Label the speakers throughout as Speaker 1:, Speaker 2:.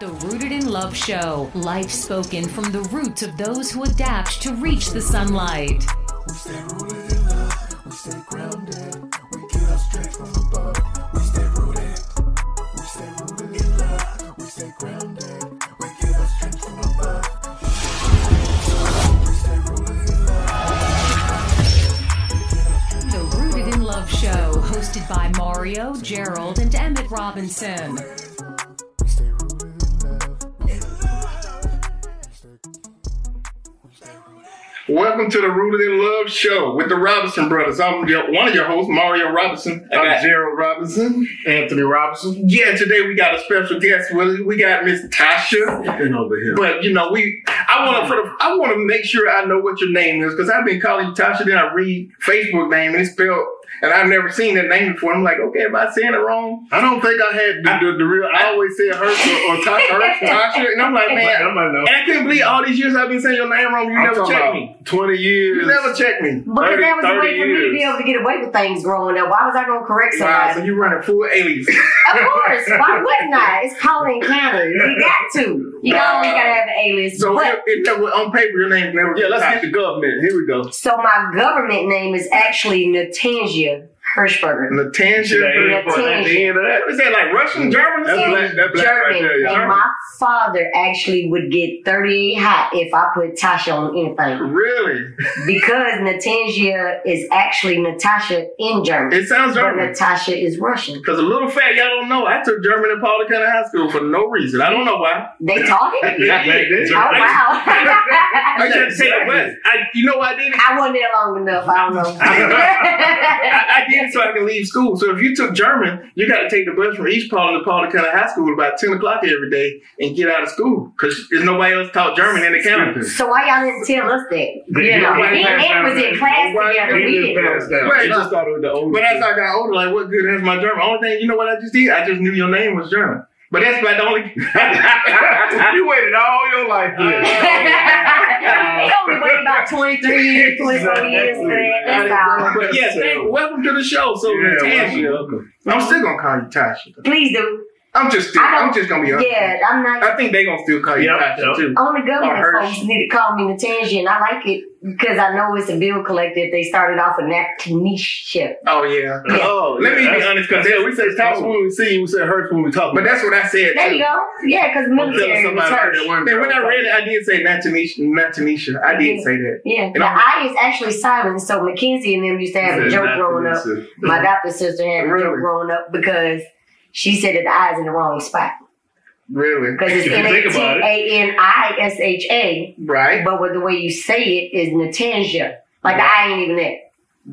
Speaker 1: The Rooted in Love Show, life spoken from the roots of those who adapt to reach the sunlight.
Speaker 2: We stay rooted in love, we stay grounded, we get our strength from above, we stay rooted. We stay rooted in love, we stay grounded, we get our strength from above. We stay rooted in love,
Speaker 1: The Rooted in Love Show, hosted by Mario, Gerald, and Emmett Robinson.
Speaker 2: we stay rooted in love, we stay
Speaker 3: Welcome to the Rooted in Love show with the Robinson brothers. I'm your, one of your hosts, Mario Robinson.
Speaker 4: I got-
Speaker 3: I'm Gerald Robinson.
Speaker 4: Anthony Robinson.
Speaker 3: Yeah, today we got a special guest. with us. We got Miss Tasha.
Speaker 4: And over here.
Speaker 3: But you know, we I want to I want to make sure I know what your name is because I've been calling you Tasha. Then I read Facebook name and it's spelled, and I've never seen that name before. I'm like, okay, am I saying it wrong?
Speaker 4: I don't think I had the, the, the real. I always said her or, or Tasha. Her,
Speaker 3: Tasha, and I'm like, man.
Speaker 4: I'm like, no.
Speaker 3: And I couldn't believe all these years I've been saying your name wrong. You
Speaker 4: I'm
Speaker 3: never
Speaker 4: talking
Speaker 3: checked
Speaker 4: about
Speaker 3: me.
Speaker 4: Twenty years.
Speaker 3: You never checked me.
Speaker 5: Because
Speaker 4: 30
Speaker 5: that was a way for me to be
Speaker 4: years.
Speaker 5: able to get away with things growing up. Why was I going to correct
Speaker 3: Wow, so
Speaker 5: somebody?
Speaker 3: you running full aliens.
Speaker 5: of course. Why wouldn't I? It's Pauline County. You got to. You
Speaker 3: Nah.
Speaker 5: not only got to have an alias.
Speaker 3: So
Speaker 5: but,
Speaker 3: it, it never, on paper, your name never.
Speaker 4: Yeah, let's get the government. Here we go.
Speaker 5: so my government name is actually Natanzia Hirschberger.
Speaker 3: Natanzia.
Speaker 5: Yeah, ten.
Speaker 4: that.
Speaker 3: Is that like Russian, German? or
Speaker 4: That's
Speaker 3: something?
Speaker 4: black. That black right
Speaker 5: German.
Speaker 4: there.
Speaker 5: and
Speaker 4: Yeah.
Speaker 5: my father actually would get 38 hot if I put Tasha on anything.
Speaker 3: Really?
Speaker 5: Because Natanzia is actually Natasha in German.
Speaker 3: It sounds
Speaker 5: But
Speaker 3: German.
Speaker 5: Natasha is Russian.
Speaker 3: Because a little fact, y'all don't know. I took German in Paula County High School for no reason. I don't know why.
Speaker 5: They talking?
Speaker 4: Yeah, they did.
Speaker 5: Oh, wow.
Speaker 3: I should say it was. I, you know why I did it?
Speaker 5: I wasn't there long enough. I don't know.
Speaker 3: I, I did it so I could leave school. So if you took German, you got to take the bus from East Paula to Paula County High School about 10 o'clock every day and get out of school. Because there's nobody else taught German in the county.
Speaker 5: so why y'all didn't tell us that?
Speaker 4: Yeah,
Speaker 5: You know,
Speaker 4: why
Speaker 5: me
Speaker 4: you
Speaker 5: and Ed
Speaker 4: passed
Speaker 5: was in
Speaker 4: down
Speaker 5: class
Speaker 3: Why you
Speaker 5: together.
Speaker 3: didn't
Speaker 4: He
Speaker 5: We didn't
Speaker 4: just
Speaker 5: know.
Speaker 4: passed out.
Speaker 3: Right.
Speaker 4: He just started with the old.
Speaker 3: But as I got older, like, what good has my German? Only thing, you know what I just did? I just knew your name was German. But that's about the only.
Speaker 4: you waited all your life. for this.
Speaker 5: They only wait about 23 years, 24 years for that. That's all.
Speaker 3: but yes, thank, welcome to the show. So,
Speaker 4: Yeah,
Speaker 3: Tasha,
Speaker 4: welcome.
Speaker 3: I'm still gonna call you Tasha.
Speaker 5: Please do.
Speaker 3: I'm just, still,
Speaker 5: I don't-
Speaker 3: I'm just gonna be honest.
Speaker 5: Yeah, I'm not.
Speaker 3: I think they gonna still call you
Speaker 4: Yep,
Speaker 3: Tasha
Speaker 4: yep.
Speaker 3: too.
Speaker 5: Only government
Speaker 3: Or Hirsch.
Speaker 5: folks need to call me Natanzia, and I like it because I know it's a bill collector if they started off in that niche shift.
Speaker 3: Oh yeah.
Speaker 5: Yeah.
Speaker 4: Oh,
Speaker 3: Let me be
Speaker 4: that's-
Speaker 3: honest, because
Speaker 4: Yeah, we say Tasha when we see you. We say her when we talk.
Speaker 3: But that's what I said.
Speaker 5: There
Speaker 3: too.
Speaker 5: you go. Yeah, because
Speaker 4: I'm telling
Speaker 5: military was
Speaker 4: somebody
Speaker 5: Hirsch.
Speaker 4: that one.
Speaker 3: Man, when I read it, I did say not Tanisha, not Tanisha. I did
Speaker 5: Mhm.
Speaker 3: say that.
Speaker 5: Yeah,
Speaker 3: And
Speaker 5: the
Speaker 3: I'm-
Speaker 5: I is actually silent. So Mackenzie and them used to have a joke growing up. My adopted sister had a
Speaker 3: Really?
Speaker 5: joke growing up because she said that the I is in the wrong spot
Speaker 3: Really?
Speaker 5: because it's
Speaker 4: If you
Speaker 5: N
Speaker 4: think
Speaker 5: A T
Speaker 4: about it.
Speaker 5: A N I S H A,
Speaker 3: Right.
Speaker 5: but with the way you say it is Natanzia. Like the I ain't even there.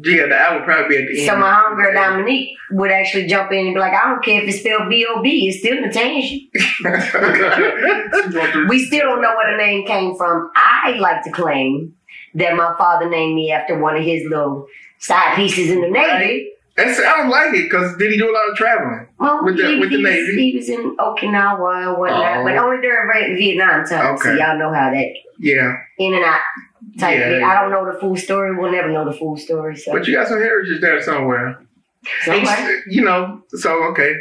Speaker 3: Yeah, that I would probably be at the
Speaker 5: So
Speaker 3: end.
Speaker 5: my homegirl Dominique would actually jump in and be like, "I don't care if it's spelled B O B, it's still Natanzia."
Speaker 3: She's going through-
Speaker 5: We still don't know where the name came from. I like to claim that my father named me after one of his little side pieces in the Navy.
Speaker 3: Right. That's, I don't like it because did he do a lot of traveling?
Speaker 5: Well,
Speaker 3: With the-
Speaker 5: he,
Speaker 3: with the
Speaker 5: he was-
Speaker 3: Navy?
Speaker 5: he was in Okinawa and whatnot,
Speaker 3: Oh.
Speaker 5: but only during Re- Vietnam time. So
Speaker 3: Okay.
Speaker 5: y'all know how that
Speaker 3: Yeah,
Speaker 5: in and out type.
Speaker 3: Yeah.
Speaker 5: thing. I don't know the full story. We'll never know the full story. So,
Speaker 3: but you got some heritage there somewhere.
Speaker 5: so
Speaker 3: And
Speaker 5: what?
Speaker 3: you- you know, so okay.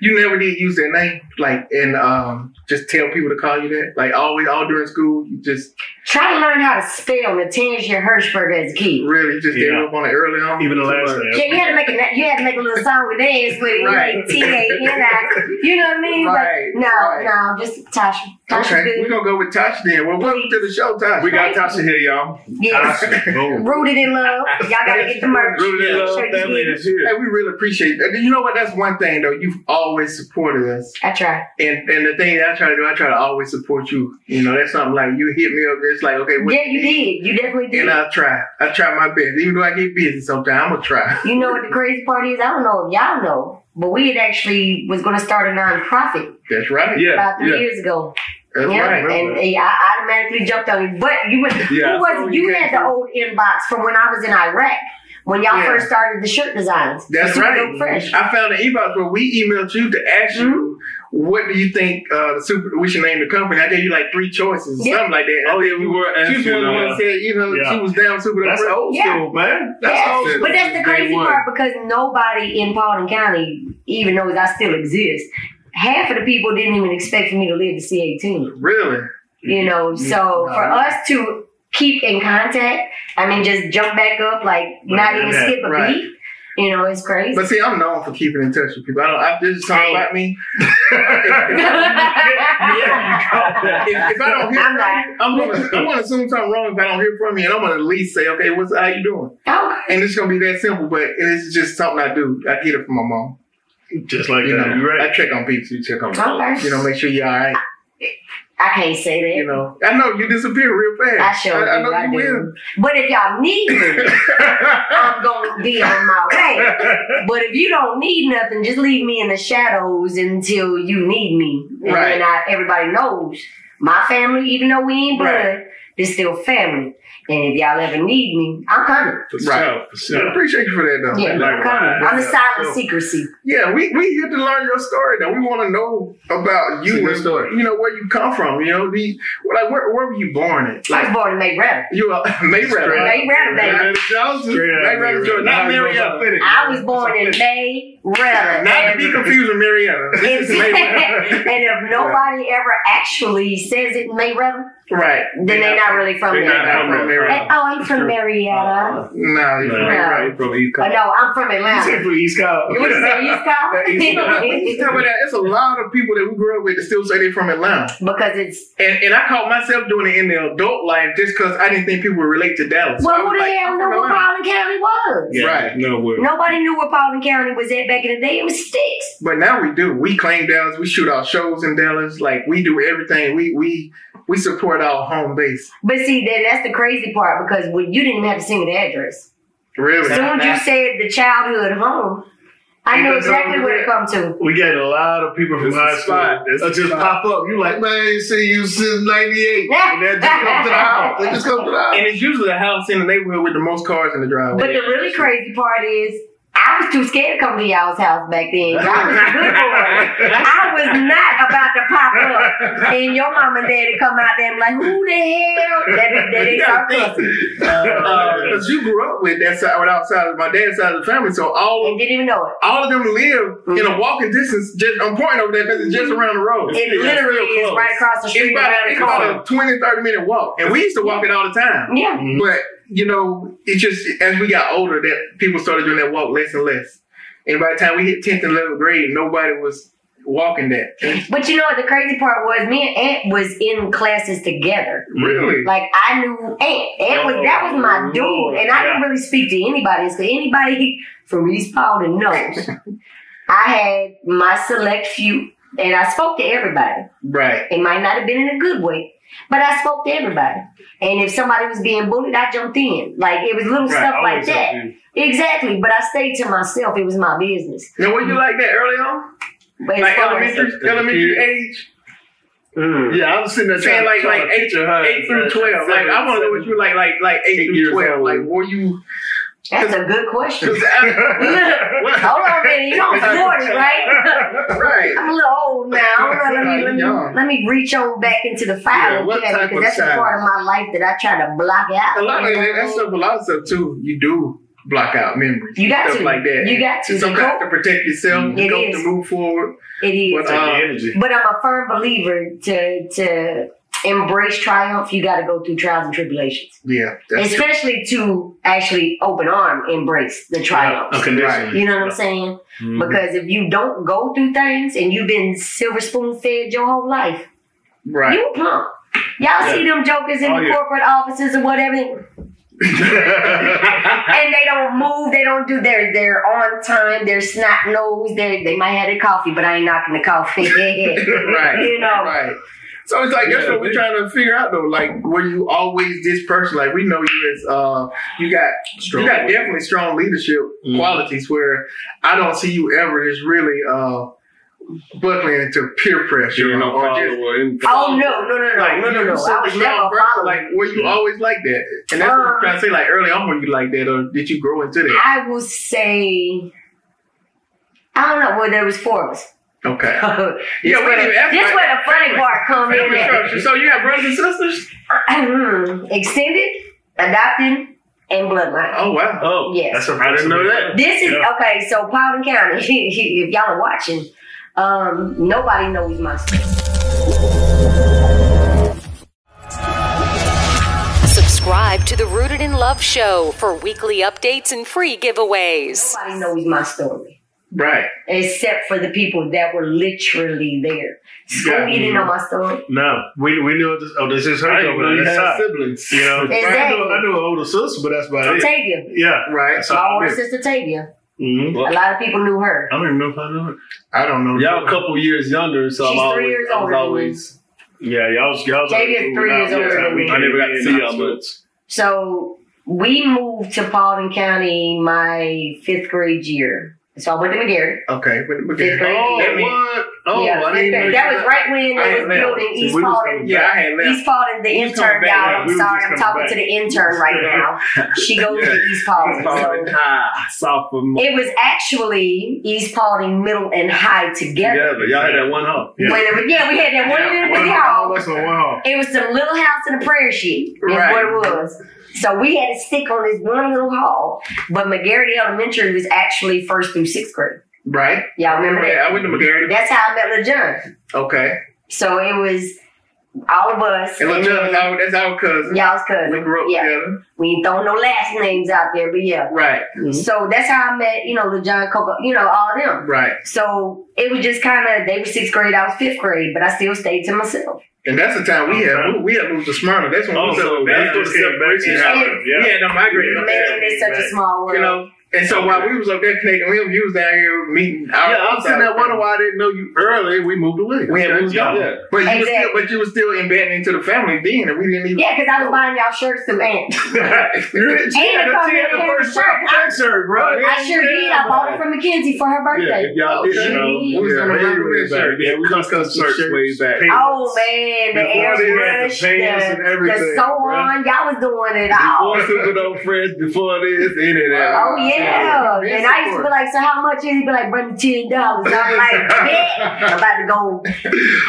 Speaker 3: You never did use that name, like, and um, just tell people to call you that, like always, all during school. You just
Speaker 5: try to learn how to spell Natanzia Hirschberger as a kid.
Speaker 3: really just
Speaker 4: Yeah.
Speaker 3: gave up on it early on.
Speaker 4: Even the last name.
Speaker 5: Yeah, you had to make a you had to make a little song with dance with it,
Speaker 3: Right.
Speaker 5: like T A N I. You know what I mean?
Speaker 3: Right,
Speaker 5: But no,
Speaker 3: right.
Speaker 5: no, just Tasha. Tasha's
Speaker 3: Okay, we're
Speaker 5: good.
Speaker 3: gonna go with Tasha then. Well, welcome to the show, Tasha.
Speaker 4: We got Tasha here, y'all.
Speaker 5: Yes. Rooted in love. Y'all gotta get the merch.
Speaker 4: Rooted in love.
Speaker 5: Check it
Speaker 4: That
Speaker 5: in.
Speaker 4: is here.
Speaker 3: Hey, we really appreciate that. You know what? That's one thing though. You've always supported us.
Speaker 5: I try.
Speaker 3: And and the thing that I try to do, I try to always support you. You know, that's something like you hit me up. It's like, okay, what
Speaker 5: Yeah, you did. You definitely did.
Speaker 3: And I try. I try my best. Even though I get busy sometimes, I'm gonna try.
Speaker 5: You know what the crazy part is? I don't know if y'all know, but we had actually was going to start a nonprofit
Speaker 3: That's right.
Speaker 4: Yeah,
Speaker 5: about three
Speaker 4: yeah.
Speaker 5: years ago.
Speaker 3: That's
Speaker 5: yeah,
Speaker 3: right.
Speaker 5: and eh, I automatically jumped on you. But you was
Speaker 4: Yeah.
Speaker 5: who was
Speaker 3: You
Speaker 5: you
Speaker 3: can't
Speaker 5: had the old inbox from when I was in Iraq when y'all
Speaker 3: Yeah.
Speaker 5: first started the shirt designs.
Speaker 3: That's
Speaker 5: You were
Speaker 3: right.
Speaker 5: Fresh.
Speaker 3: I found an inbox where we emailed you to ask you
Speaker 5: Mm-hmm.
Speaker 3: what do you think uh, the super we should name the company. I gave you like three choices,
Speaker 5: Yeah.
Speaker 3: something like that.
Speaker 4: Oh yeah, we were
Speaker 3: She
Speaker 4: asking. uh,
Speaker 3: was one of the ones that said, you know,
Speaker 4: Yeah.
Speaker 3: she was down super
Speaker 4: That's
Speaker 3: impressed.
Speaker 4: old
Speaker 5: Yeah.
Speaker 4: school, man. That's
Speaker 5: Yeah.
Speaker 4: old school.
Speaker 5: But that's the
Speaker 4: Day
Speaker 5: crazy
Speaker 4: one.
Speaker 5: part because nobody in Paulding County even knows I still exist. half of the people didn't even expect me to live to see 18
Speaker 3: Really?
Speaker 5: you know so
Speaker 3: Mm-hmm. No.
Speaker 5: for us to keep in contact i mean just jump back up like not even
Speaker 4: yeah,
Speaker 5: skip a
Speaker 3: right.
Speaker 5: beat you know it's crazy
Speaker 3: But see, I'm known for keeping in touch with people. I don't. I, this is something
Speaker 5: Hey.
Speaker 3: about me.
Speaker 4: Yeah,
Speaker 3: If, if I don't hear
Speaker 5: I'm not.
Speaker 3: from you, I'm gonna, I'm gonna assume something wrong if I don't hear from you, and I'm gonna at least say, okay, what's how you doing?
Speaker 5: oh,
Speaker 3: And it's gonna be that simple. But it's just something I do. I get it from my mom.
Speaker 4: you go. Just like
Speaker 3: You
Speaker 4: that.
Speaker 3: know,
Speaker 4: You're right.
Speaker 3: I check on people. You check on me.
Speaker 5: okay.
Speaker 3: You know, make sure you're all right.
Speaker 5: i can't say that
Speaker 3: You know, I know you disappear real
Speaker 5: i
Speaker 3: fast.
Speaker 5: sure
Speaker 3: I, I
Speaker 5: do
Speaker 3: know
Speaker 5: i
Speaker 3: you
Speaker 5: do but if y'all need me i'm gonna be on my way but if you don't need nothing just leave me in the shadows until you need me and
Speaker 3: Right.
Speaker 5: then I, everybody knows my family even though we ain't blood
Speaker 3: Right.
Speaker 5: they're still family and if y'all ever need me i'm coming
Speaker 4: For
Speaker 3: Right.
Speaker 4: sure. For
Speaker 3: will. I
Speaker 4: sure.
Speaker 3: appreciate you for that though.
Speaker 5: Yeah, I'm coming. I'm the silent secrecy.
Speaker 3: Yeah, we, we here to learn your story. Though we want to know about
Speaker 4: It's a
Speaker 3: you
Speaker 4: good
Speaker 3: and
Speaker 4: story.
Speaker 3: you know where you come from. You know, the, like where where were you born at?
Speaker 5: I
Speaker 3: Like
Speaker 5: was born in Mayweather.
Speaker 3: you are Mayweather,
Speaker 5: May Rather, baby.
Speaker 3: Mayweather Johnson,
Speaker 4: Straight up
Speaker 3: Mayweather
Speaker 4: Mayweather.
Speaker 3: Jordan, not
Speaker 4: Now you know
Speaker 3: Marietta.
Speaker 4: authentic,
Speaker 5: I
Speaker 4: man.
Speaker 5: was born in Mayweather.
Speaker 3: Not to be
Speaker 5: And
Speaker 3: confused with Marietta. This is Mayweather.
Speaker 5: and if nobody ever actually says it Mayweather,
Speaker 3: right?
Speaker 5: then they're not really from
Speaker 4: They
Speaker 5: there.
Speaker 3: I'm
Speaker 4: not
Speaker 3: from
Speaker 4: from
Speaker 5: And,
Speaker 3: Marietta.
Speaker 5: oh, I'm from
Speaker 3: Uh,
Speaker 5: Marietta.
Speaker 3: No, you're
Speaker 4: No.
Speaker 3: from Marietta.
Speaker 4: Right, from East
Speaker 5: Oh, no, I'm from Atlanta.
Speaker 4: from East Coast.
Speaker 5: You want to say East
Speaker 3: You talk
Speaker 5: Coast?
Speaker 3: about that. It's a lot of people that we grew up with that still say they're from Atlanta.
Speaker 5: because it's
Speaker 3: And, and I caught myself doing it in the adult life just because I didn't think people would relate to Dallas. I
Speaker 5: well,
Speaker 3: was
Speaker 5: who the
Speaker 3: like,
Speaker 5: hell
Speaker 3: I'm
Speaker 5: knew
Speaker 3: from
Speaker 5: what
Speaker 3: Atlanta.
Speaker 5: Paulding County was?
Speaker 4: Yeah,
Speaker 3: Right.
Speaker 4: No way.
Speaker 5: Nobody knew what Paulding County was at back in the day. It was sticks.
Speaker 3: But now we do. We claim Dallas. We shoot our shows in Dallas. Like we do everything. We we we support our home base.
Speaker 5: But see, then that's the crazy part because when you didn't have to send an address.
Speaker 3: Really.
Speaker 5: As soon as you said the childhood home, I
Speaker 3: You
Speaker 5: knew
Speaker 3: know
Speaker 5: exactly
Speaker 3: something
Speaker 5: what it
Speaker 3: that-
Speaker 5: come to.
Speaker 4: We got a lot of people from
Speaker 3: This
Speaker 4: high
Speaker 3: is
Speaker 4: school
Speaker 3: fine. This
Speaker 4: that
Speaker 3: is
Speaker 4: just
Speaker 3: fine.
Speaker 4: pop up. You like, man, I ain't seen you since '98. And they just come to the house. They just come to the house.
Speaker 3: and it's usually the house in the neighborhood with the most cars in the
Speaker 5: But
Speaker 3: driveway.
Speaker 5: the really crazy part is, I was too scared to come to y'all's house back then. Y'all was a good boy. I was not about to pop up and your mom and daddy come out there and be like, who the hell? That is, that
Speaker 3: You
Speaker 5: is
Speaker 3: gotta
Speaker 5: our
Speaker 3: think,
Speaker 5: cousin.
Speaker 3: uh, because you grew up with that side, with outside of my dad's side of the family, so all of,
Speaker 5: And didn't even know it.
Speaker 3: all of them live in
Speaker 5: Mm-hmm.
Speaker 3: a walking distance. Just I'm pointing over there because it's just around the road.
Speaker 5: It literally is right across the
Speaker 3: It's
Speaker 5: street
Speaker 3: about,
Speaker 5: Mm-hmm. around
Speaker 3: it's
Speaker 5: the corner.
Speaker 3: about a 20, 30 minute walk, and we used to walk it all the time. Mm-hmm.
Speaker 5: Yeah.
Speaker 3: But you know, it just as we got older, that people started doing that walk less and less. And by the time we hit tenth and eleventh grade, nobody was walking that.
Speaker 5: But you know what the crazy part was? Me and Aunt was in classes together.
Speaker 3: Really?
Speaker 5: Like I knew Aunt. Aunt was that was my
Speaker 4: Oh,
Speaker 5: dude,
Speaker 4: Lord.
Speaker 5: and I didn't
Speaker 4: Yeah.
Speaker 5: really speak to anybody. So anybody from East Paulding knows. I had my select few, and I spoke to everybody.
Speaker 3: Right.
Speaker 5: It might not have been in a good way, but I spoke to everybody. And if somebody was being bullied, I jumped in. Like it was little
Speaker 4: Right,
Speaker 5: stuff like
Speaker 4: always
Speaker 5: that.
Speaker 4: up there.
Speaker 5: Exactly. But I stayed to myself. It was my business.
Speaker 3: Now were you like that early on?
Speaker 5: But as
Speaker 3: Like
Speaker 5: far as-
Speaker 3: elementary
Speaker 4: as a
Speaker 3: elementary
Speaker 4: kid.
Speaker 3: age?
Speaker 5: Mm.
Speaker 4: Yeah, I'm sitting there
Speaker 3: Saying
Speaker 4: trying,
Speaker 3: like
Speaker 4: trying
Speaker 3: like
Speaker 4: to
Speaker 3: eight,
Speaker 4: picture her
Speaker 3: eight
Speaker 4: as
Speaker 3: through
Speaker 4: a-
Speaker 3: twelve. Like
Speaker 4: Uh, seven-
Speaker 3: I wanna know what you like like like eight,
Speaker 4: Eight
Speaker 3: through
Speaker 4: years
Speaker 3: twelve.
Speaker 4: old.
Speaker 3: Like were you
Speaker 5: That's a good question.
Speaker 3: 'cause I-
Speaker 5: Hold on, man. You don't afford it, right?
Speaker 3: Right.
Speaker 5: I'm a little old now. I don't know. Let me, let me, let me reach on back into the
Speaker 3: Yeah,
Speaker 5: file
Speaker 3: what
Speaker 5: again
Speaker 3: type
Speaker 5: because
Speaker 3: of
Speaker 5: that's a
Speaker 3: child?
Speaker 5: part of my life that I try to block out.
Speaker 3: A lot of
Speaker 5: you, know?
Speaker 3: that stuff a lot of stuff too, you do block out memories.
Speaker 5: You got
Speaker 3: stuff
Speaker 5: to.
Speaker 3: like that.
Speaker 5: You got to. To
Speaker 3: Sometimes to
Speaker 5: cope,
Speaker 3: protect yourself,
Speaker 5: It
Speaker 3: you go to
Speaker 5: is.
Speaker 3: move forward.
Speaker 5: it
Speaker 3: Well,
Speaker 5: is.
Speaker 4: Take the
Speaker 3: Uh,
Speaker 4: energy.
Speaker 5: But I'm a firm believer to to embrace triumph. You got to go through trials and tribulations,
Speaker 3: Yeah. that's it.
Speaker 5: especially to actually open arm embrace the triumph.
Speaker 4: Unconditionally.
Speaker 5: You know what I'm saying?
Speaker 3: Mm-hmm.
Speaker 5: Because if you don't go through things and you've been silver spoon fed your whole life,
Speaker 3: Right.
Speaker 5: You a punk. Y'all see them jokers in
Speaker 4: Oh,
Speaker 5: the
Speaker 4: yeah.
Speaker 5: corporate offices or whatever,
Speaker 4: Mm.
Speaker 5: and they don't move, they don't do their they're on time, they're snot nose, they they might have their coffee, but I ain't knocking the coffee.
Speaker 3: right.
Speaker 5: You know.
Speaker 3: Right. So it's like that's
Speaker 4: Yeah,
Speaker 3: what we're
Speaker 4: we-
Speaker 3: trying to figure out though. Like, were you always this person? Like, we know you as uh, you got you got definitely strong leadership
Speaker 4: Mhm.
Speaker 3: qualities. Where I don't see you ever just really uh buckling into peer pressure
Speaker 4: You're
Speaker 3: or-
Speaker 4: no
Speaker 3: or just-
Speaker 4: follower. in-
Speaker 5: oh no, no, no, no,
Speaker 3: Like,
Speaker 5: no, no, no.
Speaker 3: so
Speaker 5: I was
Speaker 3: it's
Speaker 5: never
Speaker 3: not
Speaker 5: a
Speaker 3: a person,
Speaker 5: follower.
Speaker 3: Like, were you always like that? And that's what I'm trying to say. Like early on, were you like that, or did you grow into that?
Speaker 5: I will say I don't know, well there was four of us.
Speaker 3: Okay.
Speaker 5: This
Speaker 3: Yeah, we
Speaker 5: where
Speaker 3: didn't
Speaker 5: the-
Speaker 3: ask
Speaker 5: this
Speaker 3: about
Speaker 5: where the funny part come in
Speaker 3: Family
Speaker 5: at.
Speaker 3: structure. So you have brothers and sisters?
Speaker 5: Mhm. Extended, adopted, and bloodline.
Speaker 3: Oh wow.
Speaker 4: Oh,
Speaker 5: Yes.
Speaker 4: That's a, I didn't know that.
Speaker 5: This is
Speaker 4: Yeah.
Speaker 5: okay. So Paulding County, if y'all are watching, Um, nobody knows my story.
Speaker 6: Subscribe to the Rooted in Love show for weekly updates and free giveaways.
Speaker 5: Nobody knows my story.
Speaker 3: Right.
Speaker 5: Except for the people that were literally there. School,
Speaker 3: Yeah.
Speaker 5: you didn't know my story.
Speaker 4: No, we we knew this. Oh, this is her
Speaker 3: I didn't know
Speaker 4: over
Speaker 3: you
Speaker 4: there.
Speaker 3: had
Speaker 4: That's all.
Speaker 3: siblings.
Speaker 4: You know, I
Speaker 5: Exactly.
Speaker 4: knew I knew an older sister, but that's about it.
Speaker 5: Tavia.
Speaker 4: Yeah,
Speaker 3: Right.
Speaker 4: That's
Speaker 5: My
Speaker 4: all I
Speaker 5: older
Speaker 4: knew.
Speaker 5: sister Tavia.
Speaker 4: Mhm.
Speaker 5: A lot of people knew her.
Speaker 4: I don't even know if I know it.
Speaker 3: I don't know.
Speaker 7: Y'all a couple years younger, so I'm
Speaker 5: She's three
Speaker 7: always,
Speaker 5: years
Speaker 7: I was
Speaker 5: older than
Speaker 7: always
Speaker 4: Yeah, y'all was y'all was like,
Speaker 5: Tavia's three
Speaker 4: ooh,
Speaker 5: years
Speaker 4: nah,
Speaker 5: older
Speaker 4: yeah,
Speaker 5: than
Speaker 4: we
Speaker 5: me.
Speaker 7: I never got to see y'all much.
Speaker 5: So we moved to Paulding County my fifth grade year. So I went to McGarry.
Speaker 3: Okay. But, but,
Speaker 5: Fifth grade.
Speaker 3: oh,
Speaker 5: That
Speaker 3: what? Oh,
Speaker 5: yeah,
Speaker 3: I
Speaker 5: fifth
Speaker 3: didn't know
Speaker 5: grade.
Speaker 3: you
Speaker 5: That
Speaker 3: had-
Speaker 5: was right
Speaker 3: I
Speaker 5: when they
Speaker 3: had
Speaker 5: was
Speaker 3: left.
Speaker 5: building
Speaker 3: See,
Speaker 5: East
Speaker 3: we was
Speaker 5: Paulding.
Speaker 3: coming back. Yeah, I had left.
Speaker 5: East Paulding, the
Speaker 3: We was
Speaker 5: intern,
Speaker 3: coming
Speaker 5: y'all.
Speaker 3: back, yeah,
Speaker 5: I'm
Speaker 3: we was
Speaker 5: sorry,
Speaker 3: just
Speaker 5: I'm
Speaker 3: coming
Speaker 5: talking
Speaker 3: back.
Speaker 5: to the intern right now. She goes to East Paulding.
Speaker 3: Paulding.
Speaker 5: So
Speaker 7: Ah, sophomore.
Speaker 5: it was actually East Paulding Middle and High together.
Speaker 7: Together. Y'all had that one home.
Speaker 5: Yeah, yeah we had that one
Speaker 3: Yeah,
Speaker 5: in the
Speaker 3: one
Speaker 5: big
Speaker 4: Oh,
Speaker 5: hall.
Speaker 4: that's a wow.
Speaker 5: It was the little house in the prayer sheet. Is
Speaker 3: Right.
Speaker 5: what it was. So we had to stick on this one little hall. But McGarity Elementary was actually first through sixth grade.
Speaker 3: Right.
Speaker 5: Y'all remember
Speaker 3: Yeah,
Speaker 5: that?
Speaker 3: I went to McGarry.
Speaker 5: That's how I met Lil John.
Speaker 3: Okay.
Speaker 5: So it was all of us.
Speaker 3: And look, that's our, that's our cousin.
Speaker 5: Y'all's cousin.
Speaker 3: We grew up
Speaker 5: yeah.
Speaker 3: together.
Speaker 5: We ain't throwing no last names out there, but yeah.
Speaker 3: Right.
Speaker 5: So that's how I met, you know, Lil John Coco, you know, all of them.
Speaker 3: Right.
Speaker 5: So it was just kind of, they were sixth grade, I was fifth grade, but I still stayed to myself.
Speaker 3: And that's the time we had
Speaker 4: Okay.
Speaker 3: we had moved to Smyrna. That's when
Speaker 4: Oh,
Speaker 3: we
Speaker 4: so
Speaker 3: settled
Speaker 4: that's
Speaker 3: down.
Speaker 4: what
Speaker 3: and stuff.
Speaker 4: separation
Speaker 3: And,
Speaker 4: happened.
Speaker 3: uh,
Speaker 4: Yeah.
Speaker 3: We had to migrate up
Speaker 5: Man,
Speaker 3: there.
Speaker 5: it's such a
Speaker 4: right.
Speaker 5: small world.
Speaker 3: You know. And so while we was up there connecting, we, we was down here meeting. Our
Speaker 7: yeah, I'm sitting there wondering why I didn't know you early. We moved away.
Speaker 3: We had moved
Speaker 7: yeah.
Speaker 3: y'all. But you was still,
Speaker 5: Exactly.
Speaker 3: but you was still embedded into the family then, and we didn't even.
Speaker 5: Yeah, because I was buying y'all shirts through Aunt.
Speaker 7: she
Speaker 5: And
Speaker 7: had,
Speaker 5: it
Speaker 7: the,
Speaker 5: comes
Speaker 7: she had
Speaker 5: in
Speaker 7: the
Speaker 5: every
Speaker 7: first
Speaker 5: shirt.
Speaker 7: shirt.
Speaker 5: I-
Speaker 7: Black shirt, bro.
Speaker 5: I sure did. I bought it from Mackenzie for her
Speaker 7: Yeah,
Speaker 5: birthday.
Speaker 7: if y'all did.
Speaker 5: Oh,
Speaker 7: you know,
Speaker 5: she-
Speaker 7: yeah,
Speaker 3: was in the
Speaker 7: way
Speaker 3: Rubberman
Speaker 7: back.
Speaker 3: shirt.
Speaker 7: Yeah, we just got some shirts way back.
Speaker 5: Oh man, the
Speaker 7: Before they had the
Speaker 5: airbrush,
Speaker 7: pants
Speaker 5: the,
Speaker 7: and everything,
Speaker 5: the so on, y'all was doing it all.
Speaker 7: Before Super Dope Fresh, before this, any of that.
Speaker 5: Oh yeah,
Speaker 3: Yeah.
Speaker 5: and I used to be like, "So how much is?" He be like, "Bring me ten dollars." I'm like, "Bet I'm about to go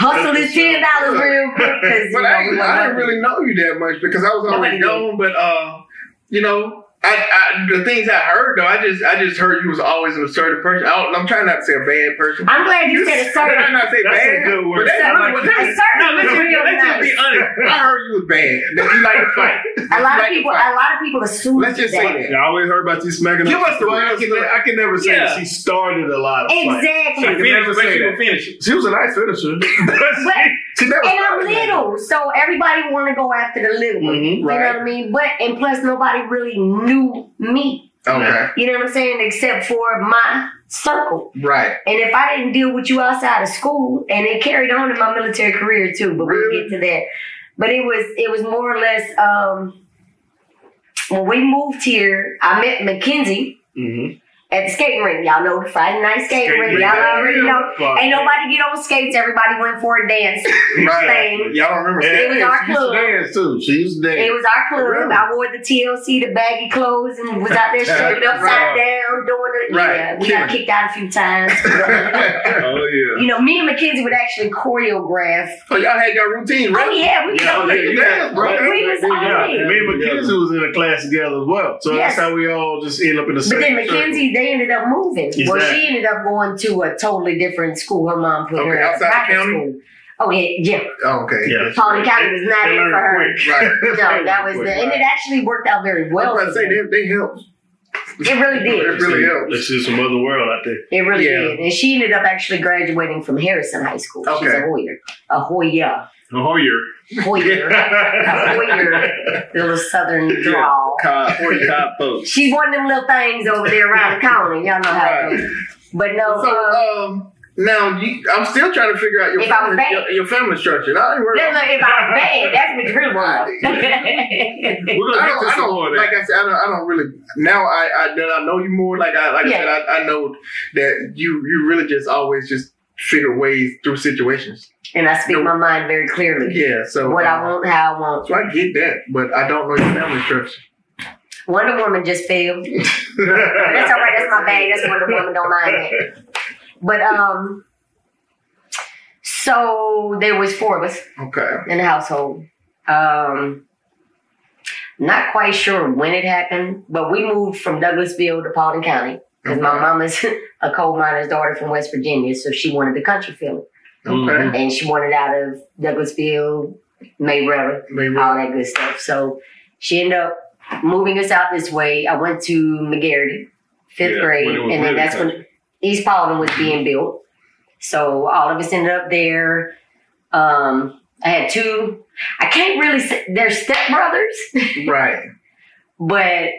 Speaker 5: hustle this ten dollars real quick." Cause,
Speaker 3: But
Speaker 5: you
Speaker 3: I, ain't-
Speaker 5: know, we wasn't
Speaker 3: I didn't
Speaker 5: hustling.
Speaker 3: really know you that much because I was already
Speaker 5: Nobody did.
Speaker 3: known. But uh, you know, I, I the things I heard though, I just I just heard you was always an assertive person. I don't, I'm trying not to say a bad person.
Speaker 5: I'm glad you
Speaker 3: I'm
Speaker 5: said a
Speaker 3: trying
Speaker 5: certain.
Speaker 3: not to say
Speaker 4: That's a
Speaker 3: bad,
Speaker 4: good word.
Speaker 3: But that's
Speaker 4: I
Speaker 3: really
Speaker 4: like
Speaker 3: what
Speaker 4: that.
Speaker 3: that
Speaker 5: A
Speaker 3: is.
Speaker 5: certain
Speaker 3: No, let's
Speaker 5: is
Speaker 3: just, be-
Speaker 5: real
Speaker 3: let's just be
Speaker 5: nice.
Speaker 3: honest. I heard you was bad. That you like to fight.
Speaker 5: A lot
Speaker 3: You
Speaker 5: of
Speaker 3: like to
Speaker 5: people, uh,
Speaker 3: fight.
Speaker 5: a lot of people assume
Speaker 3: Let's just say that.
Speaker 7: I always heard about you smacking
Speaker 3: Give
Speaker 7: up.
Speaker 3: us the
Speaker 7: Well, I
Speaker 3: real
Speaker 7: can,
Speaker 3: story.
Speaker 7: I can never say
Speaker 3: Yeah.
Speaker 7: that she started a lot of fights.
Speaker 5: Exactly.
Speaker 7: Finish,
Speaker 4: Never
Speaker 7: make
Speaker 4: say
Speaker 7: sure
Speaker 4: that.
Speaker 7: finish it. She was a nice finisher.
Speaker 5: But-
Speaker 7: she never
Speaker 5: And I'm little, so everybody want to go after the little one.
Speaker 3: Mhm,
Speaker 5: you know
Speaker 3: right.
Speaker 5: what I mean? But and plus, nobody really knew me.
Speaker 3: Okay,
Speaker 5: You know what I'm saying? Except for my circle.
Speaker 3: right.
Speaker 5: And if I didn't deal with you outside of school, and it carried on in my military career too, but we'll get to that. But it was it was more or less um, when we moved here. I met Mackenzie
Speaker 3: Mm-hmm.
Speaker 4: Mhm.
Speaker 5: at the skating rink. Y'all know the Friday night
Speaker 4: Skating
Speaker 5: skating,
Speaker 4: rink,
Speaker 5: rink. Y'all
Speaker 4: yeah.
Speaker 5: already know.
Speaker 4: Fuck,
Speaker 5: Ain't
Speaker 4: yeah.
Speaker 5: nobody get on skates. Everybody went for a dance
Speaker 3: Right.
Speaker 5: thing.
Speaker 3: Y'all don't remember
Speaker 4: Yeah.
Speaker 5: It was our
Speaker 7: She used
Speaker 5: club.
Speaker 7: to dance too. She used to
Speaker 5: It
Speaker 7: dance.
Speaker 5: was our club. I wore the TLC, the baggy clothes, and was out there shaking upside down, doing it.
Speaker 3: Right.
Speaker 5: Yeah, we got kicked out a few times.
Speaker 7: Oh yeah.
Speaker 5: you know, me and Mackenzie would actually choreograph.
Speaker 3: So y'all had your routine,
Speaker 5: Oh
Speaker 3: right?
Speaker 5: yeah, we
Speaker 4: Yeah,
Speaker 5: was on
Speaker 4: yeah,
Speaker 5: it.
Speaker 4: you had-
Speaker 5: We was on
Speaker 4: Yeah,
Speaker 5: it.
Speaker 4: me and Mackenzie was in a class together as well, so
Speaker 5: Yes.
Speaker 4: that's how we all just end up in the same.
Speaker 5: But then
Speaker 4: circle.
Speaker 5: Mackenzie, they ended up moving. Well,
Speaker 4: Exactly.
Speaker 5: she ended up going to a totally different school. Her mom put
Speaker 3: Okay,
Speaker 5: her at
Speaker 3: outside the
Speaker 5: private
Speaker 3: county?
Speaker 5: school. Oh yeah, yeah.
Speaker 3: Oh, okay.
Speaker 4: Yeah.
Speaker 5: Pauline County was not
Speaker 4: They
Speaker 5: in
Speaker 4: learned
Speaker 5: for her.
Speaker 4: quick.
Speaker 3: Right.
Speaker 5: No, that was the, and it actually worked out very
Speaker 3: I
Speaker 5: well.
Speaker 3: was about to
Speaker 5: for
Speaker 3: say
Speaker 5: them.
Speaker 3: they they helped.
Speaker 5: It really
Speaker 3: It
Speaker 5: did.
Speaker 3: really helped.
Speaker 4: This is some other world out there.
Speaker 5: It really
Speaker 3: Yeah.
Speaker 5: did. And she ended up actually graduating from Harrison High School. She's
Speaker 3: Okay.
Speaker 5: a Hoyer. A Hoyer.
Speaker 4: Oh, you're.
Speaker 5: Hoyer. a Hoyer. Little southern drawl.
Speaker 7: Cop, cop folks.
Speaker 5: She's one of them little things over there around the corner. Y'all know how it goes. But no, uh,
Speaker 3: So um, now you, I'm still trying to figure out your
Speaker 5: If I
Speaker 3: family,
Speaker 5: was back.
Speaker 3: your, your family structure. I ain't worried.
Speaker 5: no,
Speaker 3: about-
Speaker 5: no, if I was bad, that's what you really want.
Speaker 7: We're
Speaker 3: I
Speaker 7: gonna get
Speaker 3: don't,
Speaker 7: to
Speaker 3: I
Speaker 7: some more
Speaker 3: don't
Speaker 7: of that.
Speaker 3: like I said. I don't, I don't really now. I, I that I know you more. Like I like I said, I, I know that you you really just always just figure ways through situations.
Speaker 5: and I speak my mind very clearly.
Speaker 3: Yeah. So
Speaker 5: What I
Speaker 3: uh,
Speaker 5: want, how I want.
Speaker 3: So I get that, but I don't know your family structure.
Speaker 5: Wonder Woman just failed. That's all right. That's my bag. That's Wonder Woman. Don't mind that. But um, so there was four of us
Speaker 3: Okay.
Speaker 5: in the household. Um, not quite sure when it happened, but we moved from Douglasville to Paulding County. because my mom is a coal miner's daughter from West Virginia, so she wanted the country feeling,
Speaker 7: Mm-hmm.
Speaker 3: Okay.
Speaker 5: and she wanted out of Douglasville, Mayberry,
Speaker 3: Maybe.
Speaker 5: all that good stuff. So she ended up moving us out this way. I went to McGarity, fifth
Speaker 7: Yeah,
Speaker 5: grade,
Speaker 7: when it was
Speaker 5: and then
Speaker 7: really Mm-hmm.
Speaker 5: that's when East Paulding was being built. So all of us ended up there. Um, I had two. I can't really say they're stepbrothers,
Speaker 3: Right.
Speaker 5: but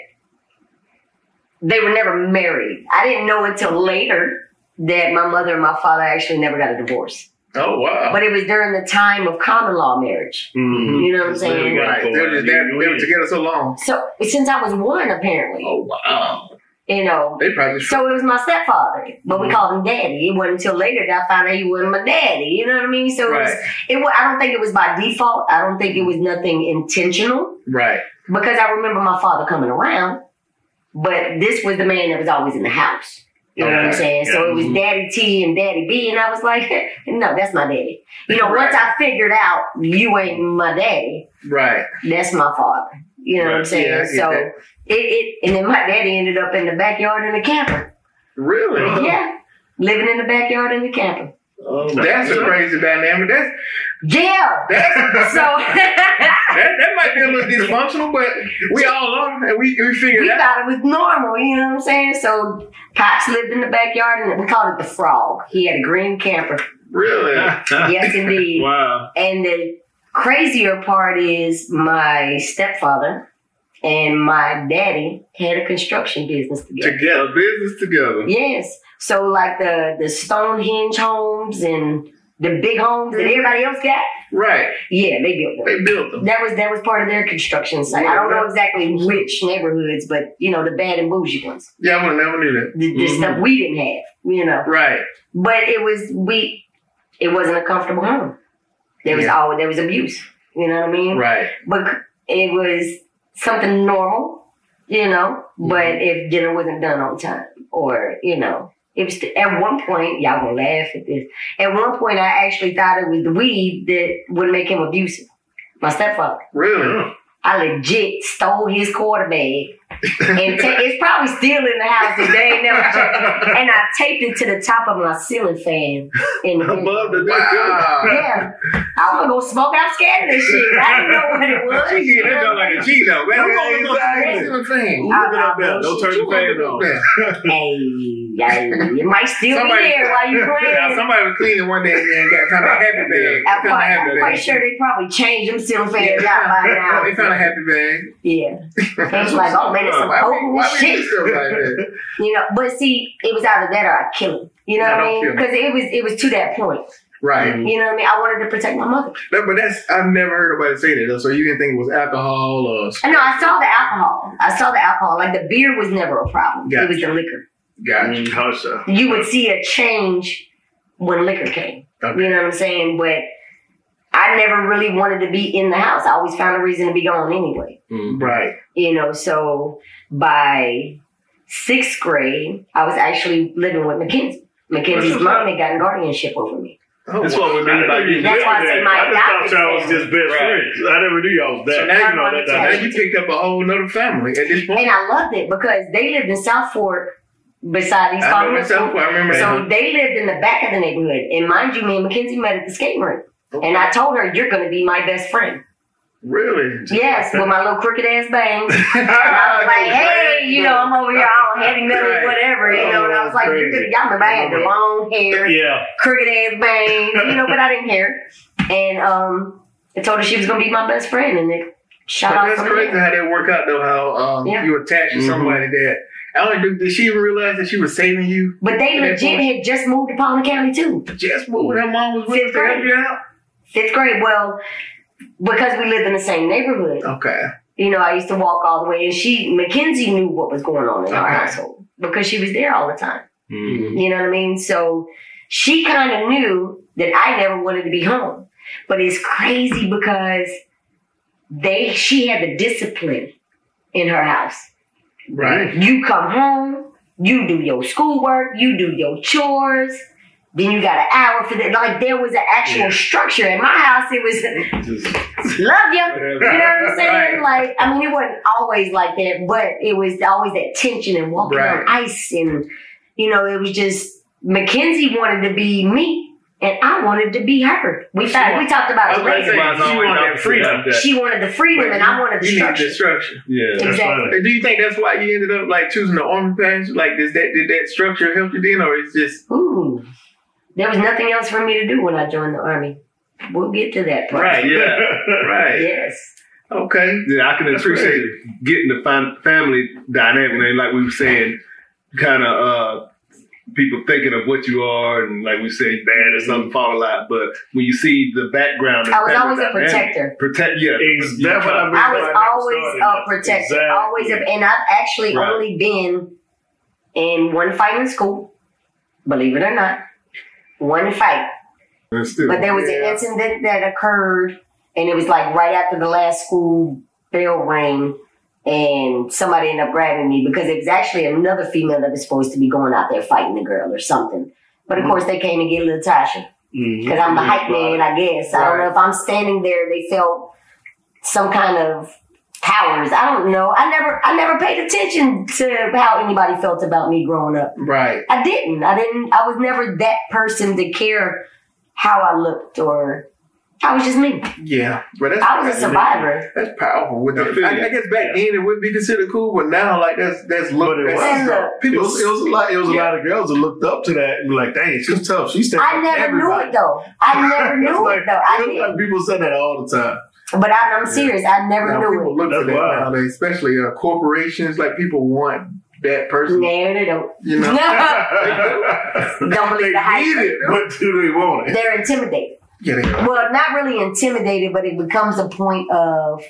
Speaker 5: they were never married. I didn't know until later that my mother and my father actually never got a divorce.
Speaker 3: Oh wow.
Speaker 5: But it was during the time of common law marriage.
Speaker 7: Mhm.
Speaker 5: You know what I'm saying?
Speaker 3: Right. They're just that, they were together so long.
Speaker 5: So since I was one, apparently,
Speaker 3: Oh wow.
Speaker 5: you know.
Speaker 3: They probably
Speaker 5: So it was my stepfather, but
Speaker 3: Mm-hmm.
Speaker 5: we called him daddy. It wasn't until later that I found out he wasn't my daddy. You know what I mean? So it was.
Speaker 3: Right.
Speaker 5: It was. I don't think it was by default. I don't think it was nothing intentional
Speaker 3: Right.
Speaker 5: because I remember my father coming around, but this was the man that was always in the house. You know what I'm
Speaker 3: Okay.
Speaker 5: saying? So it was Daddy T and Daddy B, and I was like, no, that's my daddy. You know, once I figured out you ain't my daddy,
Speaker 3: Right.
Speaker 5: that's my father. You know what I'm
Speaker 7: Right,
Speaker 5: saying?
Speaker 3: yeah, I get
Speaker 5: so
Speaker 3: that.
Speaker 5: it, it and then my daddy ended up in the backyard in the camper.
Speaker 3: Really?
Speaker 5: Yeah. Living in the backyard in the camper.
Speaker 7: Oh,
Speaker 3: That's a crazy dynamic. That's
Speaker 5: Yeah.
Speaker 3: that's
Speaker 5: So we
Speaker 3: that, that might be a little dysfunctional, but we all are and we we figure that
Speaker 5: thought it was normal, you know what I'm saying? So Pops lived in the backyard and we called it the frog. He had a green camper.
Speaker 3: really.
Speaker 5: Yes indeed.
Speaker 7: wow.
Speaker 5: And the crazier part is my stepfather and my daddy had a construction business together.
Speaker 3: Together, business together.
Speaker 5: Yes. So like the the Stonehenge homes and the big homes that everybody else got.
Speaker 3: Right.
Speaker 5: Yeah, they built them.
Speaker 3: They built them.
Speaker 5: That was that was part of their construction site. I don't know exactly which neighborhoods, but you know the bad and bougie ones.
Speaker 3: Yeah, I would have never knew
Speaker 5: The, the stuff we didn't have, you know.
Speaker 3: that. Right.
Speaker 5: But it was we. It wasn't a comfortable home. There was
Speaker 3: Yeah.
Speaker 5: all there was abuse. You know what I mean?
Speaker 3: Right.
Speaker 5: But it was something normal, you know.
Speaker 3: Mm-hmm.
Speaker 5: But if dinner wasn't done on time, or you know, it was at one point y'all gonna laugh at this. At one point, I actually thought it was the weed that would make him abusive. My stepfather,
Speaker 3: Really?
Speaker 5: I legit stole his quarter bag, and ta- it's probably still in the house today. Never checked. And I taped it to the top of my ceiling fan in the
Speaker 7: Above the
Speaker 3: Wow.
Speaker 5: Yeah, I was gonna go smoke. I'm scared of this shit. I didn't know what it was.
Speaker 3: She get that done like a G though. Man,
Speaker 7: Who gonna
Speaker 3: exactly. Thing.
Speaker 5: I-
Speaker 7: Look at
Speaker 5: I-
Speaker 7: that. Don't turn
Speaker 3: Who
Speaker 7: your
Speaker 3: gonna
Speaker 7: fan
Speaker 3: do
Speaker 7: on.
Speaker 3: that?
Speaker 5: Hey, hey, it might still be there while you
Speaker 3: Oh, Yeah,
Speaker 5: playing.
Speaker 3: somebody was cleaning one day and got found a happy bag. Found
Speaker 5: I'm
Speaker 3: a
Speaker 5: quite,
Speaker 3: happy
Speaker 5: I'm quite
Speaker 3: bag.
Speaker 5: sure they probably changed them ceiling fans out by now.
Speaker 3: They found a happy bag.
Speaker 5: Yeah. It's like, oh man, it's some
Speaker 3: Why we- why
Speaker 5: potent
Speaker 3: we do
Speaker 5: shit.
Speaker 3: stuff like that?
Speaker 5: You know, but see, it was either that or I kill him. You know
Speaker 3: Yeah,
Speaker 5: what I
Speaker 3: don't
Speaker 5: mean?
Speaker 3: kill Mm-hmm.
Speaker 5: Because it was it was to that point.
Speaker 3: Right.
Speaker 5: You know what I mean? I wanted to protect my mother.
Speaker 3: That- but that's I've never heard nobody say that though. So you didn't think it was alcohol or
Speaker 5: And no, I saw the alcohol. I saw the alcohol. Like the beer was never a problem. It was the liquor.
Speaker 3: gotcha.
Speaker 7: Gotcha.
Speaker 5: You would see a change when liquor came.
Speaker 3: Okay.
Speaker 5: You know what I'm saying? But I never really wanted to be in the house. I always found a reason to be gone anyway.
Speaker 3: Mm-hmm.
Speaker 7: Mm-hmm.
Speaker 3: Right.
Speaker 5: you know so by sixth grade i was actually living with mackenzie mackenzie's mom had gotten guardianship over me
Speaker 3: Oh,
Speaker 7: That's what we mean by you.
Speaker 5: That's why I say my
Speaker 8: I just thought y'all was
Speaker 5: adopted
Speaker 8: just best
Speaker 7: Right.
Speaker 8: friends. I never knew y'all was that.
Speaker 3: So now
Speaker 8: you
Speaker 5: you know that-
Speaker 3: So now you picked up a whole nother family at this point.
Speaker 5: and i loved it because they lived in south fork beside east
Speaker 3: I know
Speaker 5: Palm
Speaker 3: myself.
Speaker 5: School.
Speaker 3: I remember
Speaker 5: so
Speaker 3: that.
Speaker 5: they lived in the back of the neighborhood and mind you me and mackenzie met at the skating rink and i told her you're going to be my best friend
Speaker 3: Really?
Speaker 5: yes with my little crooked ass bangs And I was like, hey, you know, I'm over here all heavy metal,
Speaker 3: Right.
Speaker 5: whatever, you know. And I was like, you're good. y'all remember I had the long hair,
Speaker 8: yeah.
Speaker 5: crooked ass bangs, you know, but I didn't care. And um, I told her she was gonna be my best friend, and it shot off
Speaker 3: That's
Speaker 5: from
Speaker 3: crazy
Speaker 5: there.
Speaker 3: how that work out though. How um,
Speaker 5: Yeah.
Speaker 3: you attach
Speaker 7: Mm-hmm.
Speaker 3: to somebody that I don't think did she even realize that she was saving you?
Speaker 5: But they
Speaker 3: At that
Speaker 5: legit had just moved to Palmer County too,
Speaker 3: Just what her mom was with
Speaker 5: Fifth
Speaker 3: to help
Speaker 5: grade.
Speaker 3: you out.
Speaker 5: fifth grade. Well, because we lived in the same neighborhood,
Speaker 3: Okay.
Speaker 5: you know, I used to walk all the way, and she Mackenzie knew what was going on in our
Speaker 3: Okay.
Speaker 5: household because she was there all the time.
Speaker 4: Mm-hmm.
Speaker 5: You know what I mean? So she kind of knew that I never wanted to be home. But it's crazy because they she had the discipline in her house.
Speaker 3: Right.
Speaker 5: You come home, you do your schoolwork, you do your chores, Then you got an hour for that. Like there was an actual structure. In my house, it was love ya. You know what I'm saying? Like, I mean, it wasn't always like that, but it was always that tension and walking
Speaker 3: Right.
Speaker 5: on ice. And, you know, it was just Mackenzie wanted to be me and I wanted to be her. We, thought, we talked
Speaker 3: I
Speaker 5: about
Speaker 3: was
Speaker 5: it
Speaker 3: about to say,
Speaker 5: later.
Speaker 3: she wanted that freedom.
Speaker 5: She wanted the freedom and I wanted the
Speaker 3: You need the
Speaker 5: structure.
Speaker 3: structure.
Speaker 7: Yeah.
Speaker 5: Exactly.
Speaker 3: Do you think that's why you ended up like choosing the army pass? Like, does that did that structure help you then, or it's just
Speaker 5: Ooh, there was nothing else for me to do when I joined the army. We'll get to that part.
Speaker 3: right?
Speaker 7: Yeah.
Speaker 3: right.
Speaker 5: Yes.
Speaker 3: Okay.
Speaker 7: Yeah, I can appreciate getting the fam- family dynamic, and like we were saying, kind of uh, people thinking of what you are, and like we said, dad or something fall out. But when you see the background,
Speaker 5: I was
Speaker 7: and
Speaker 5: always a
Speaker 7: dynamic,
Speaker 5: protector.
Speaker 7: Protect, yeah,
Speaker 4: Ex- that's what I mean.
Speaker 5: I
Speaker 4: Why
Speaker 5: was
Speaker 4: I never
Speaker 5: always
Speaker 4: started
Speaker 5: a
Speaker 4: nothing.
Speaker 5: protector,
Speaker 4: Exactly.
Speaker 5: always a, and I've actually
Speaker 7: Right.
Speaker 5: only been in one fight in school, believe it or not, one fight.
Speaker 7: And still,
Speaker 5: But there was an incident that occurred, and it was like right after the last school bell rang, and somebody ended up grabbing me because it was actually another female that was supposed to be going out there fighting the girl or something. But of course, they came to get little Tasha. Because I'm the hype man, I guess. I don't know if I'm standing there. They felt some kind of powers. I don't know. I never, I never paid attention to how anybody felt about me growing up.
Speaker 3: Right.
Speaker 5: I didn't. I didn't. I was never that person to care how I looked or. I was just me.
Speaker 3: Yeah. But that's
Speaker 5: I was a survivor.
Speaker 3: That's powerful. With the,
Speaker 7: feel
Speaker 3: I,
Speaker 7: you.
Speaker 3: I guess back then it wouldn't be considered cool, but now like that's that's look.
Speaker 4: But it
Speaker 3: that's-
Speaker 5: was, though.
Speaker 4: It
Speaker 3: People,
Speaker 4: was, it was a lot. It was a lot of girls that looked up to that and were like, "Dang, she's tough. She's tough."
Speaker 5: I never knew it though. I never knew it though. I didn't.
Speaker 4: like people said that all the time.
Speaker 5: But I, I'm serious. I never
Speaker 3: now
Speaker 5: knew
Speaker 3: people
Speaker 5: it.
Speaker 3: look for
Speaker 4: That's
Speaker 3: that
Speaker 4: wild.
Speaker 3: now, they- especially uh, corporations. Like people want that person.
Speaker 5: No, they don't.
Speaker 3: You know.
Speaker 5: don't
Speaker 4: they
Speaker 5: believe the
Speaker 4: need
Speaker 5: hype.
Speaker 4: it, but do they want it?
Speaker 5: They're intimidated.
Speaker 3: Yeah. They are.
Speaker 5: Well, not really intimidated, but it becomes a point of,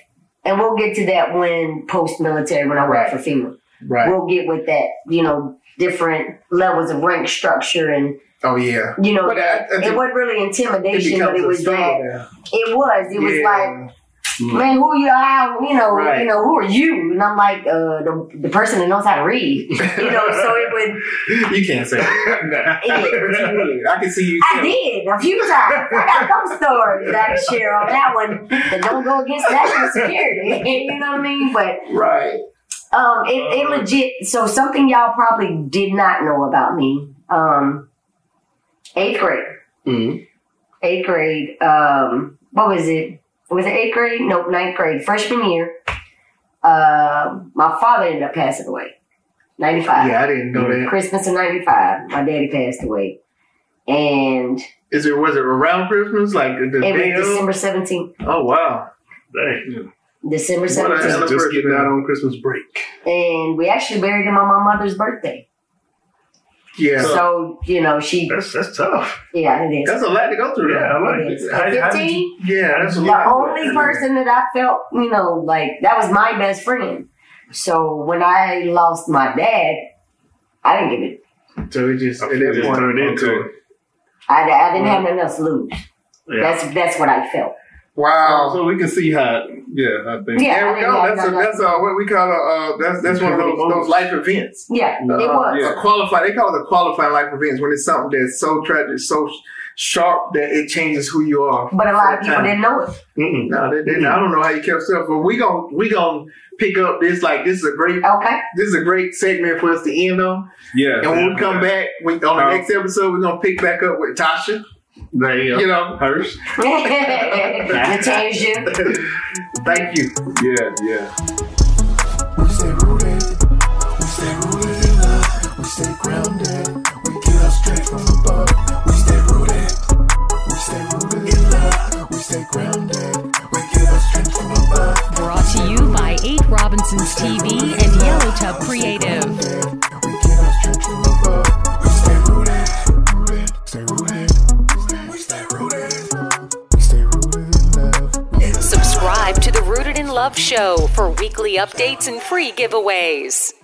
Speaker 5: and we'll get to that when post military, when I work
Speaker 3: Right.
Speaker 5: for FEMA.
Speaker 3: Right.
Speaker 5: We'll get with that, you know, different levels of rank structure and,
Speaker 3: Oh yeah.
Speaker 5: you know,
Speaker 3: But I- I
Speaker 5: it
Speaker 3: think
Speaker 5: wasn't really
Speaker 3: It
Speaker 5: intimidation, but
Speaker 3: becomes
Speaker 5: it
Speaker 3: a
Speaker 5: was
Speaker 3: style
Speaker 5: that.
Speaker 3: now.
Speaker 5: It was. It was
Speaker 3: Yeah.
Speaker 5: like, man, who you are, you know,
Speaker 3: Right.
Speaker 5: you know, who are you? And I'm like, uh, the, the person that knows how to read, you know, so it would,
Speaker 3: you can't say. That. Nah.
Speaker 5: it,
Speaker 3: But you would. I can see you.
Speaker 5: I did a few times. I got some stories I can share on that one that don't go against national security. you know what I mean? But
Speaker 3: Right.
Speaker 5: um, it,
Speaker 3: Uh-huh.
Speaker 5: it legit. So something y'all probably did not know about me. Um, eighth grade.
Speaker 3: Mm-hmm.
Speaker 5: Eighth grade. Um, what was it? Was it eighth grade? Nope, ninth grade. Freshman year. Uh, my father ended up passing away. Ninety five.
Speaker 3: Yeah, I didn't know that.
Speaker 5: Christmas of ninety five. My daddy passed away. And
Speaker 3: Is it was it around Christmas? Like the day
Speaker 5: It was
Speaker 3: of?
Speaker 5: December 17th.
Speaker 3: Oh wow!
Speaker 4: Dang.
Speaker 5: December
Speaker 3: What a hell
Speaker 5: 17th.
Speaker 3: of
Speaker 4: Just
Speaker 3: person,
Speaker 4: getting out
Speaker 3: man.
Speaker 4: on Christmas break.
Speaker 5: And we actually buried him on my mother's birthday.
Speaker 3: Yeah,
Speaker 5: So, you know, she,
Speaker 4: That's that's tough.
Speaker 5: yeah, it is.
Speaker 3: that's a lot to go through.
Speaker 4: Yeah, I
Speaker 3: though.
Speaker 4: like
Speaker 5: It is.
Speaker 4: it. How- how did you-
Speaker 5: 15?
Speaker 3: yeah, that's a
Speaker 5: The
Speaker 3: lot.
Speaker 5: only person that I felt, you know, like that was my best friend. So when I lost my dad, I didn't give it.
Speaker 3: So it just at that
Speaker 4: Just
Speaker 3: point,
Speaker 4: turned into
Speaker 3: okay.
Speaker 4: it.
Speaker 5: I, I didn't have nothing else to lose.
Speaker 4: Yeah.
Speaker 5: That's that's what I felt.
Speaker 3: Wow.
Speaker 7: so we can see how. Yeah, I think.
Speaker 5: Yeah, I
Speaker 3: There we
Speaker 5: didn't
Speaker 3: go.
Speaker 5: have
Speaker 3: That's a,
Speaker 5: nothing else
Speaker 3: that's a, what we call a uh, that's that's one of those those life events.
Speaker 5: Yeah,
Speaker 3: Uh,
Speaker 5: it was.
Speaker 3: a qualify. They call it a qualifying life events when it's something that's so tragic, so sharp that it changes who you are.
Speaker 5: But a lot of
Speaker 3: for
Speaker 5: people
Speaker 3: time.
Speaker 5: didn't know it.
Speaker 4: Mm-mm.
Speaker 3: No, they didn't. I don't know how you kept stuff, but we gon' we gon' pick up this like this is a great
Speaker 5: Okay.
Speaker 3: this is a great segment for us to end on.
Speaker 7: Yeah.
Speaker 3: And when we come back we, on the
Speaker 7: Oh.
Speaker 3: next episode, we're gonna pick back up with Tasha.
Speaker 7: There you go.
Speaker 3: You know,
Speaker 7: Hirsch.
Speaker 5: the tangent.
Speaker 3: thank you.
Speaker 7: Yeah, yeah.
Speaker 2: We stay rooted. We stay rooted in love. We stay grounded. We get our strength from above. We stay rooted. We stay rooted in love. We stay grounded. We get our strength from above.
Speaker 1: Brought to you by 8 Robinsons TV and Yellow Tub Creative.
Speaker 2: We get our strength from above. We stay rooted. Rooted. Stay rooted. We stay rooted. We stay rooted in love.
Speaker 6: Subscribe to the Rooted in Love show for weekly updates and free giveaways.